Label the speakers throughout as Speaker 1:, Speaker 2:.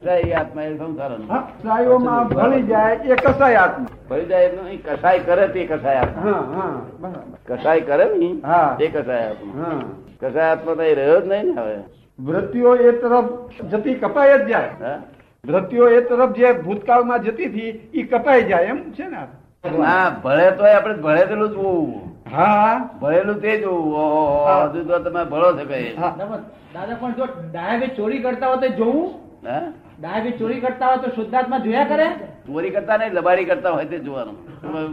Speaker 1: કસાય આત્મા એ સંસાર
Speaker 2: હા, સ્નાયુઓમાં ભળી જાય એ કસાય આત્મા
Speaker 1: ભળી જાય એમ નહીં, કસાય કરે તે કસાય આત્મા
Speaker 2: હા હા બરાબર
Speaker 1: કસાય કરે નહીં
Speaker 2: હા.
Speaker 1: તે કસાય આત્મા
Speaker 2: હા
Speaker 1: કસાય આત્મા તો અહીં રહ્યો જ નહીં ને હવે
Speaker 2: વૃત્તિઓ એ તરફ જતી કપાય જ જાય
Speaker 1: હા?
Speaker 2: વૃત્તિઓ એ તરફ જે ભૂતકાળમાં જતી હતી એ કપાઈ જાય એમ છે ને આ?
Speaker 1: ના ભળે તો આપણે ભળેલું જોવું
Speaker 2: હા
Speaker 1: ભળેલું તે જોવું ઓહો,
Speaker 2: હા.
Speaker 1: હજુ તો તમે ભળો છો કઈ
Speaker 2: હા.
Speaker 3: દાદા પણ જો ડાયાબિટ ચોરી કરતા હોય તો જોવું
Speaker 1: હા?
Speaker 3: ડાયાબિટ ચોરી કરતા હોય તો શુદ્ધાત્મા જોયા કરે
Speaker 1: ચોરી કરતા નહીં લબારી કરતા હોય તે જોવાનું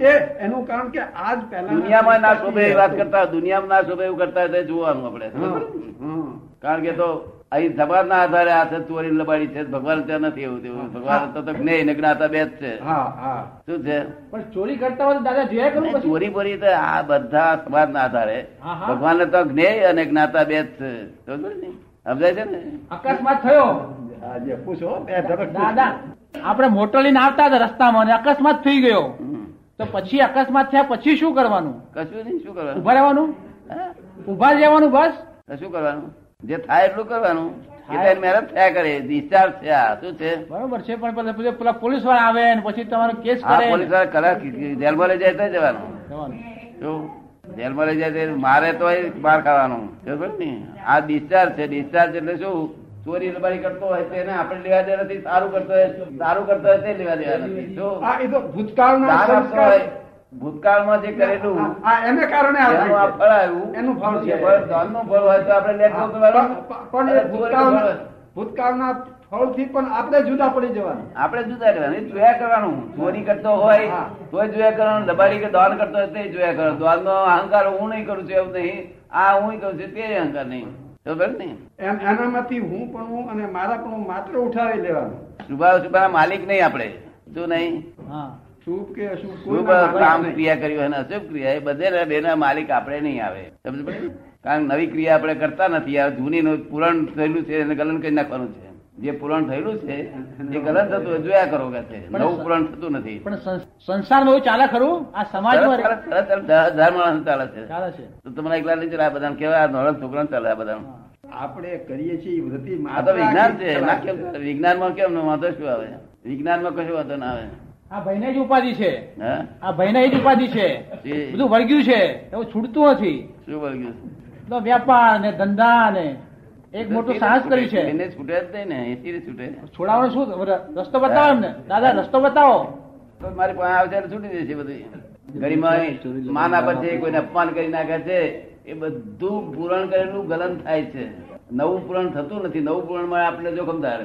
Speaker 2: એ એનું કારણ કે આજ પહેલા
Speaker 1: દુનિયામાં ના શોભે એ વાત કરતા હોય, દુનિયામાં ના શોભે એવું કરતા હોય તે જોવાનું આપણે કારણ કે તો અહીં જબાનના આધારે આ છે ચોરી ને લબાડી છે ભગવાન ત્યાં નથી એવું તેવું ભગવાન તો તો જ્ઞેય ને જ્ઞાતા બે જ છે
Speaker 2: હા હા
Speaker 1: શું છે
Speaker 3: પણ ચોરી કરતા હોય તો દાદા જોયા કરું
Speaker 1: અને
Speaker 3: પછી
Speaker 1: ચોરી બોરી તો આ બધા સમાજના આધારે
Speaker 3: હા, હા.
Speaker 1: ભગવાનને તો જ્ઞેય અને જ્ઞાતા બે જ છે સમજો ને? સમજાય છે ને
Speaker 3: અકસ્માત થયો
Speaker 2: આજે પૂછો બે ધડક પૂછો.
Speaker 3: દાદા આપણે મોટર લઈને આવતા હતા રસ્તામાં અને અકસ્માત થઈ ગયો
Speaker 1: હમ.
Speaker 3: તો પછી અકસ્માત થયા પછી શું કરવાનું
Speaker 1: કશું નહીં શું કરવાનું
Speaker 3: ઉભા રહેવાનું
Speaker 1: હા?
Speaker 3: ઉભા જ રહેવાનું બસ
Speaker 1: કશું કરવાનું જે થાય એટલું કરવાનું એ તો એની મહેનત થયા કરે discharge થયા શું છે
Speaker 3: બરોબર છે પણ પેલા- પેલા- પેલા પોલીસ વાળા આવે ને પછી તમારો કેસ
Speaker 1: આ
Speaker 3: કરે
Speaker 1: પોલીસ વાળા કલાક જેલમાં લઈ જાય તો જવાનું
Speaker 3: જવાનું.
Speaker 1: શું? જેલમાં લઈ જાય તો મારે તો માર ખાવાનું ખબર ને આ discharge છે discharge એટલે શું ચોરી લબારી કરતો હોય તેને આપણે લેવા દેવા નથી સારું કરતો હોય સારું કરતો હોય તે લેવા દેવા નથી શું?
Speaker 2: આ એ તો ભૂતકાળના
Speaker 1: દાન આપતો
Speaker 2: સંસ્કાર
Speaker 1: હોય, ભૂતકાળમાં જે કરેલું
Speaker 2: આ- આ એને કારણે આ
Speaker 1: એનું આ
Speaker 2: થાય છે.
Speaker 1: ફળ આવ્યું
Speaker 2: એનું ફળ છે.
Speaker 1: એ ફળ દાનનું ફળ હોય તો આપણે લેતું કરવાનું.
Speaker 2: પણ- પણ એ ભૂતકાળના ભૂતકાળના ફળથી પણ આપણે જુદા પડી જવાનું
Speaker 1: આપણે જુદા કરવાનું એ જોયા કરવાનું ચોરી કરતો હોય
Speaker 2: હા.
Speaker 1: તોય જોયા કરવાનું દબાડી કે દાન કરતો હોય તે જોયા કરવાનું દાનનો અહંકાર હું નહીં કરું છું એવું નહીં આ હું ય કરું છું તે અહંકાર નહીં ખબર ને
Speaker 2: એમ એનામાંથી હું પણ હું અને મારા પણ હું માત્ર ઉઠાવી લેવાનું
Speaker 1: શુભાવ શુભાના માલિક નહીં આપણે શું નહીં
Speaker 3: હા
Speaker 2: શુભ કે અશુભ કોઈ
Speaker 1: શુભ કામ ક્રિયા કર્યું અને અશુભ ક્રિયા એ બધે બેના માલિક આપણે નહીં આવે સમજ પડી? કારણ કે નવી ક્રિયા આપણે કરતા નથી આ જૂની નું પૂરણ થયેલું છે એને ગલન કરી નાખવાનું છે જે પૂરણ થયેલું છે જે ગલન થતું હોય જોયા કરો કે છે નવું પૂરણ થતું નથી
Speaker 3: પણ સંસ- સંસારમાં એવું ચાલે ખરું આ
Speaker 1: તરત
Speaker 3: સમાજમાં
Speaker 1: તરત તરત દસ હજાર માણસ ચાલે છે
Speaker 3: ચાલે છે
Speaker 1: તો તમને એકલા લઈ જરા આ બધાને કેવા આ નોળા છોકરાને ચાલે આ બધાને
Speaker 2: આપણે કરીએ છીએ એ વૃત્તિ
Speaker 1: આ તો
Speaker 2: માત્ર
Speaker 1: વિજ્ઞાન છે
Speaker 2: કલા
Speaker 1: ના કેમ વિજ્ઞાનમાં કેમ વાંધો શું આવે વિજ્ઞાનમાં કશું વાંધો ના આવે
Speaker 3: આ ભાઈને જ ઉપાધિ છે
Speaker 1: હા
Speaker 3: આ ભાઈને એ જ ઉપાધિ છે
Speaker 1: જી.
Speaker 3: બધું વળગ્યું છે એવું છૂટતું નથી
Speaker 1: શું બોલ ગયું
Speaker 3: બધો વ્યાપાર ને ધંધા ને એક મોટું સાહસ કર્યું છે
Speaker 1: એને છૂટે જ નહીં ને એસી ને છૂટે
Speaker 3: છોડાવાનો શું ર- રસ્તો બતાવો એમને દાદા રસ્તો બતાવો
Speaker 1: તો મારી પાસે આવશે એટલે છૂટી જશે બધી ગરીમાં માના પછી કોઈને અપમાન કરી નાખે છે એ બધું પૂરણ કરેલું ગલન થાય છે નવું પૂરણ થતું નથી નવું પૂરણમાં આપણે જોખમદાર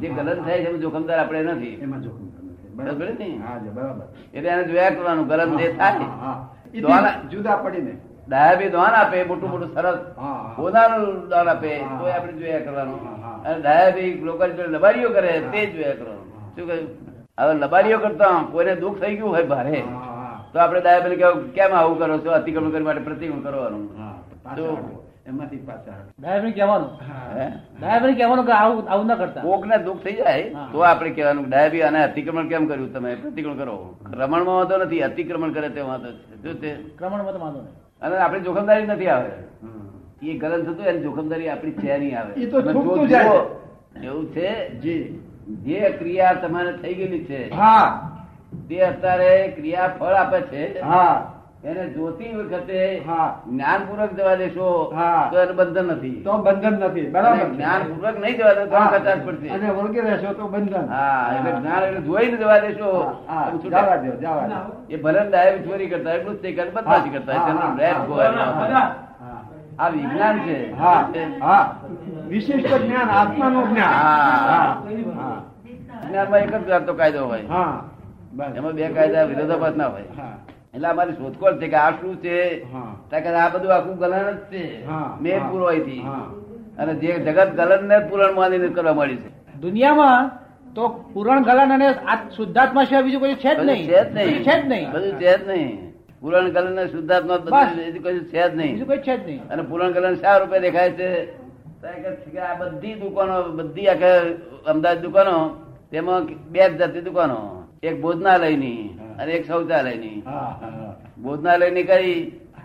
Speaker 1: જે ગલન થાય છે એમાં જોખમદાર આપણે નથી
Speaker 2: એમાં જોખમ નથી.
Speaker 1: બરાબર
Speaker 2: બરાબર
Speaker 1: ને?
Speaker 2: હા જી, બરાબર
Speaker 1: એટલે એને જોયા કરવાનું ગલન જે
Speaker 2: હા,
Speaker 1: થાય
Speaker 2: હા. એથી
Speaker 1: દ્વારા-
Speaker 2: જુદા પડીને
Speaker 1: ડાયાબી દોન આપે મોટું મોટું સરસ
Speaker 2: હા, હા.
Speaker 1: પોતાનું દોન આપે
Speaker 2: હા.
Speaker 1: તો આપણે જોયા કરવાનું
Speaker 2: હા, હા.
Speaker 1: અને ડાયાબી લોકો જોડે લબારીઓ કરે
Speaker 2: હા.
Speaker 1: તે જોયા કરવાનું શું કહ્યું હવે લબારીઓ કરતા કોઈને દુઃખ થઈ ગયું હોય ભારે
Speaker 2: હા, હા,
Speaker 1: તો આપણે ડાયાબી કેવું કેમ આવું કરો છો અતિક્રમણ કરવા માટે પ્રતિક્રમણ કરવાનું
Speaker 2: હા.
Speaker 1: તો-
Speaker 2: પાછા હટો. એમાંથી પાછા હટો.
Speaker 3: ડાયબરી કહેવાનું
Speaker 2: હા.
Speaker 1: હે?
Speaker 3: ડાયબરી કહેવાનું કે આવું આવું ના કરતા
Speaker 1: કોકને દુઃખ થઈ જાય
Speaker 3: હા.
Speaker 1: તો આપણે કહેવાનું ડાયાબી અને અતિક્રમણ કેમ કર્યું તમે પ્રતિક્રમણ કરો રમણમાં વાંધો નથી અતિક્રમણ કરે તે વાંધો છે જો તે
Speaker 3: ક્રમણ મત માનો નહીં.
Speaker 1: અને આપણે જોખમદારી નથી આવે
Speaker 2: હમ.
Speaker 1: એ ગલન થતું એની જોખમદારી આપણી છે નહીં આવે
Speaker 2: એ તો
Speaker 1: તમે
Speaker 2: છૂટતું
Speaker 1: જો
Speaker 2: જાય.
Speaker 1: જુઓ, એવું છે
Speaker 2: જી
Speaker 1: જે ક્રિયા તમારે થઈ ગયેલી છે
Speaker 2: હા
Speaker 1: તે અત્યારે ક્રિયા ફળ આપે છે
Speaker 2: હા
Speaker 1: એને જોતી વખતે
Speaker 2: હા.
Speaker 1: જ્ઞાનપૂર્વક જવા દેશો
Speaker 2: હા.
Speaker 1: તો એને બંધન નથી
Speaker 2: તો બંધન નથી
Speaker 1: અને
Speaker 2: બરાબર
Speaker 1: જ્ઞાનપૂર્વક નહીં જવા દો તો
Speaker 2: હા.
Speaker 1: કચાશ પડશે
Speaker 2: અને વળગી રહેશો તો બંધન
Speaker 1: હા એટલે જ્ઞાન એટલે જોઈને જવા દેશો
Speaker 2: હા, હા,
Speaker 1: તો છૂટે.
Speaker 2: જવા દ્યો, જવા દ્યો.
Speaker 1: એ ભલે ડાયબ ચોરી કરતા હોય, એટલું જ તે કરે, બદમાશી કરતા હોય,
Speaker 2: હા,
Speaker 1: તેનો
Speaker 2: હા,
Speaker 1: રેટ
Speaker 2: હા.
Speaker 1: ગોવાયેલો હોય.
Speaker 2: હા.
Speaker 1: આ વિજ્ઞાન છે
Speaker 2: હા હા વિશિષ્ટ જ્ઞાન આત્માનું જ્ઞાન
Speaker 1: હા.
Speaker 2: હા.
Speaker 1: વિજ્ઞાનમાં એક જ જાતનો કાયદો હોય
Speaker 2: હા બસ.
Speaker 1: એમાં બે કાયદા વિરોધાભાસ ના હોય
Speaker 2: હા
Speaker 1: એટલે અમારી શોધખોળ છે કે આ શું છે
Speaker 2: હા.
Speaker 1: ત્યાં કે આ બધું આખું ગલન જ છે
Speaker 2: હા.
Speaker 1: મેં
Speaker 2: હા.
Speaker 1: પુરોહિતથી.
Speaker 2: હા.
Speaker 1: અને જે જગત ગલન ને પૂરણ માનીને કરવા માંડ્યું છે
Speaker 3: દુનિયામાં તો પૂરણ ગલન અને આ શુદ્ધાત્મા સિવાય બીજું કોઈ છે જ
Speaker 1: બધું
Speaker 3: નહીં
Speaker 1: છે જ
Speaker 3: બીજું છે જ નહીં
Speaker 1: બધું છે જ નહીં પૂરણ ગલન ને શુદ્ધાત્મા બધું
Speaker 3: બસ.
Speaker 1: બીજું કશું છે જ
Speaker 3: બીજું
Speaker 1: નહીં
Speaker 3: કોઈ છે જ નહીં
Speaker 1: અને પૂરણ ગલન શા રૂપે દેખાય છે ત્યાં કે છે કે આ બધી દુકાનો બધી આખે અમદાવાદ દુકાનો તેમાં બે જ જાતની દુકાનો એક ભોજનાલયની
Speaker 2: હા.
Speaker 1: અને એક શૌચાલયની
Speaker 2: હા હા.
Speaker 1: ભોજનાલય ની કરી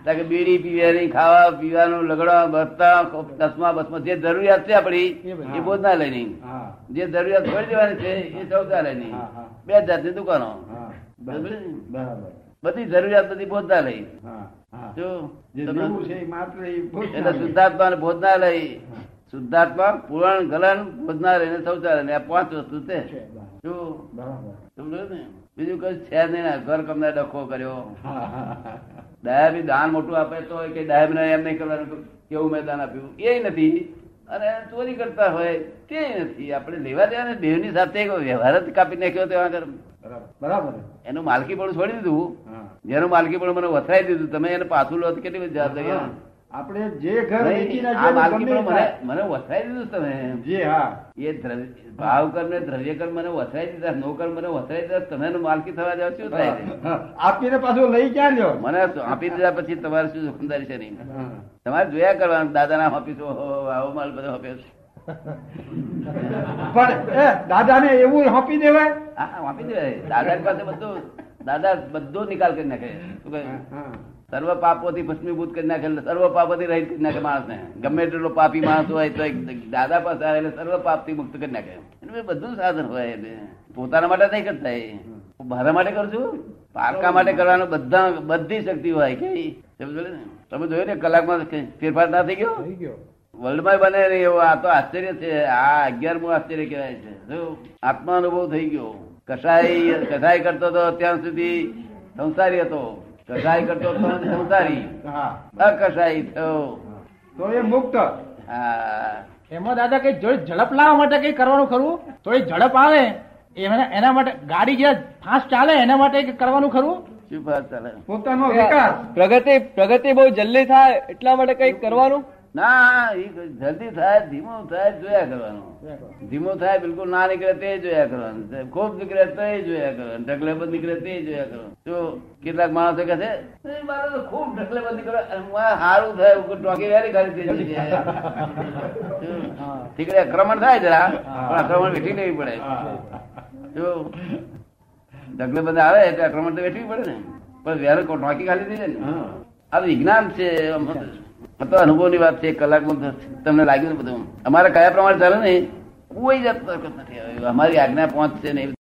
Speaker 1: કારણ કે બીડી પીવાની ખાવા પીવાનું લગડવા બસતા ચશ્મા બસમા જે જરૂરિયાત છે
Speaker 3: એ
Speaker 1: આપણી
Speaker 3: બધી.
Speaker 1: એ ભોજનાલયની
Speaker 2: હા
Speaker 1: જે જરૂરિયાત છોડી દેવાની છે એ શૌચાલયની
Speaker 2: હા, હા.
Speaker 1: બે જાતની દુકાનો
Speaker 2: હા
Speaker 1: બરાબર છે?
Speaker 2: બરાબર
Speaker 1: બધી જરૂરિયાત બધી ભોજનાલય
Speaker 2: હા હા
Speaker 1: જો
Speaker 2: જે
Speaker 1: તમે-
Speaker 2: જેવું છે એ માત્ર એ ભોજનાલય.
Speaker 1: એટલે શુદ્ધાત્મા અને ભોજનાલય
Speaker 2: હા.
Speaker 1: શુદ્ધાત્મા પુરાણ ગલન ભોજનાલય અને શૌચાલય આ પાંચ વસ્તુ છે
Speaker 2: છે, બરાબર.
Speaker 1: જો
Speaker 2: બરાબર
Speaker 1: સમજો ને બીજું કઈ છે નહીં આ ઘર કમના ડખો કર્યો
Speaker 2: હા, હા, હા.
Speaker 1: ડાયાબી દાન મોટું આપે તો કે ડાયાબીને એમ નહીં કરવાનું કેવું મેં દાન આપ્યું એ નથી અને ચોરી કરતા હોય તે નથી આપણે લેવા દેવાને દેવની સાથે એક વ્યવહાર જ કાપી નાખ્યો તેવા આગળ.
Speaker 2: બરાબર બરાબર
Speaker 1: એનું માલકીપણું છોડી દીધું
Speaker 2: હા
Speaker 1: જેનું માલકીપણું મને વથરાઈ દીધું તમે એને પાછું લો તો કેટલી બધી જવાબદારી આવે?
Speaker 2: આપણે જે ઘર
Speaker 1: નહીં,
Speaker 2: વેચીને
Speaker 1: આ
Speaker 2: જે
Speaker 1: માલકીપણું
Speaker 2: ગમે
Speaker 1: મને મને વથરાઈ દીધું તમે
Speaker 2: જે હા
Speaker 1: એ દ્રવ્ય ભાવ કર્મ ને દ્રવ્ય કર્મ મને વથરાઈ દીધા નો કર્મ મને વથરાઈ દીધા તમે એનું માલકી થવા જાવ શું થાય છે?
Speaker 2: આપીને પાછું લઈ ક્યાં લ્યો
Speaker 1: મને આપી દીધા પછી તમારે શું જોખમદારી છે નહીં
Speaker 2: હા.
Speaker 1: તમારે જોયા કરવાનું દાદા નામ આપીશું ઓહો, આવો માલ બધો આપ્યો છે.
Speaker 2: પણ એ દાદાને એવું આપી દેવાય
Speaker 1: હા, હા, આપી દેવાય. દાદા પાસે બધું દાદા બધો નિકાલ કરી નાખે શું કહે?
Speaker 2: હા.
Speaker 1: સર્વ પાપોથી ભસ્મીભૂત કરી નાખે એટલે સર્વ પાપોથી રહિત કરી નાખે માણસને ગમે તેટલો પાપી માણસ હોય તો એક દાદા પાસે આવે એટલે સર્વ પાપથી મુક્ત કરી નાખે એટલે બધું સાધન હોય એટલે પોતાના માટે નહીં કરતા એ. હું મારા માટે કરું છું પારકા માટે કરવાનો બધા બધી શક્તિ હોય કે સમજો ને? તમે જોયું ને કલાકમાં કંઈ ફેરફાર ના થઈ ગયો
Speaker 3: થઈ ગયો
Speaker 1: વર્લ્ડમાં બને નહીં એવો આ તો આશ્ચર્ય છે આ અગિયારમું આશ્ચર્ય કહેવાય છે શું? આત્મા અનુભવ થઈ ગયો કસાય કસાય કરતો હતો ત્યાં સુધી સંસારી હતો કસાય કરતો હતો સંસારી
Speaker 2: હા
Speaker 1: અકસાય થયો
Speaker 2: તો એ મુક્ત
Speaker 1: હા
Speaker 3: એમાં દાદા કઈ જો ઝડપ લાવવા માટે કઈ કરવાનું ખરું તો એ ઝડપ આવે એના એના માટે ગાડી જે ફાસ્ટ ચાલે એના માટે કંઈક કરવાનું ખરું
Speaker 1: શું વાત ચાલે
Speaker 2: પોતાનો વિકાસ
Speaker 4: પ્રગતિ પ્રગતિ બહુ જલ્દી થાય એટલા માટે કઈ કરવાનું
Speaker 1: ના એ જલ્દી થાય ધીમો થાય જોયા કરવાનું ધીમો થાય બિલકુલ ના નીકળે તે જોયા કરવાનું ખૂબ નીકળે તે જોયા કરવાનું ઢગલેબંધ નીકળે તે જોયા કરવાનું જો કેટલાક માણસો કહે છે "એ મારે તો ખૂબ ઢગલેબંધ નીકળે અને હું આ હારું થયું કે ટોકી વેરી ખાલી થઈ જતી છે." જો, ઠીક છે, આક્રમણ થાય જરા પણ આક્રમણ વેઠી લેવી પડે જો ઢગલેબંધ આવે એટલે આક્રમણ તો વેઠવી પડે ને પણ વેર ટોકી ખાલી થઈ જાય ને
Speaker 2: હા.
Speaker 1: આ વિજ્ઞાન છે આમ હતો અનુભવની વાત છે એક કલાકમાં તો તમને લાગ્યું ને બધું અમારે કયા પ્રમાણે ચાલે ને કોઈ જાતનો હરકત નથી આવી. અમારી આજ્ઞા પહોંચશે ને એ